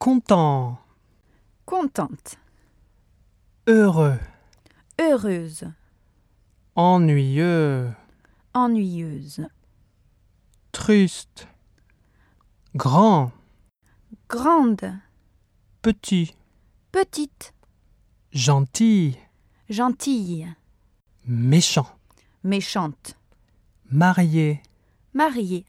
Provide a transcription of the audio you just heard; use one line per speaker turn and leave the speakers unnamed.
Content,
contente,
heureux,
heureuse,
ennuyeux,
ennuyeuse,
triste, grand,
grande,
petit,
petite,
gentil,
gentille,
méchant,
méchante,
marié,
mariée,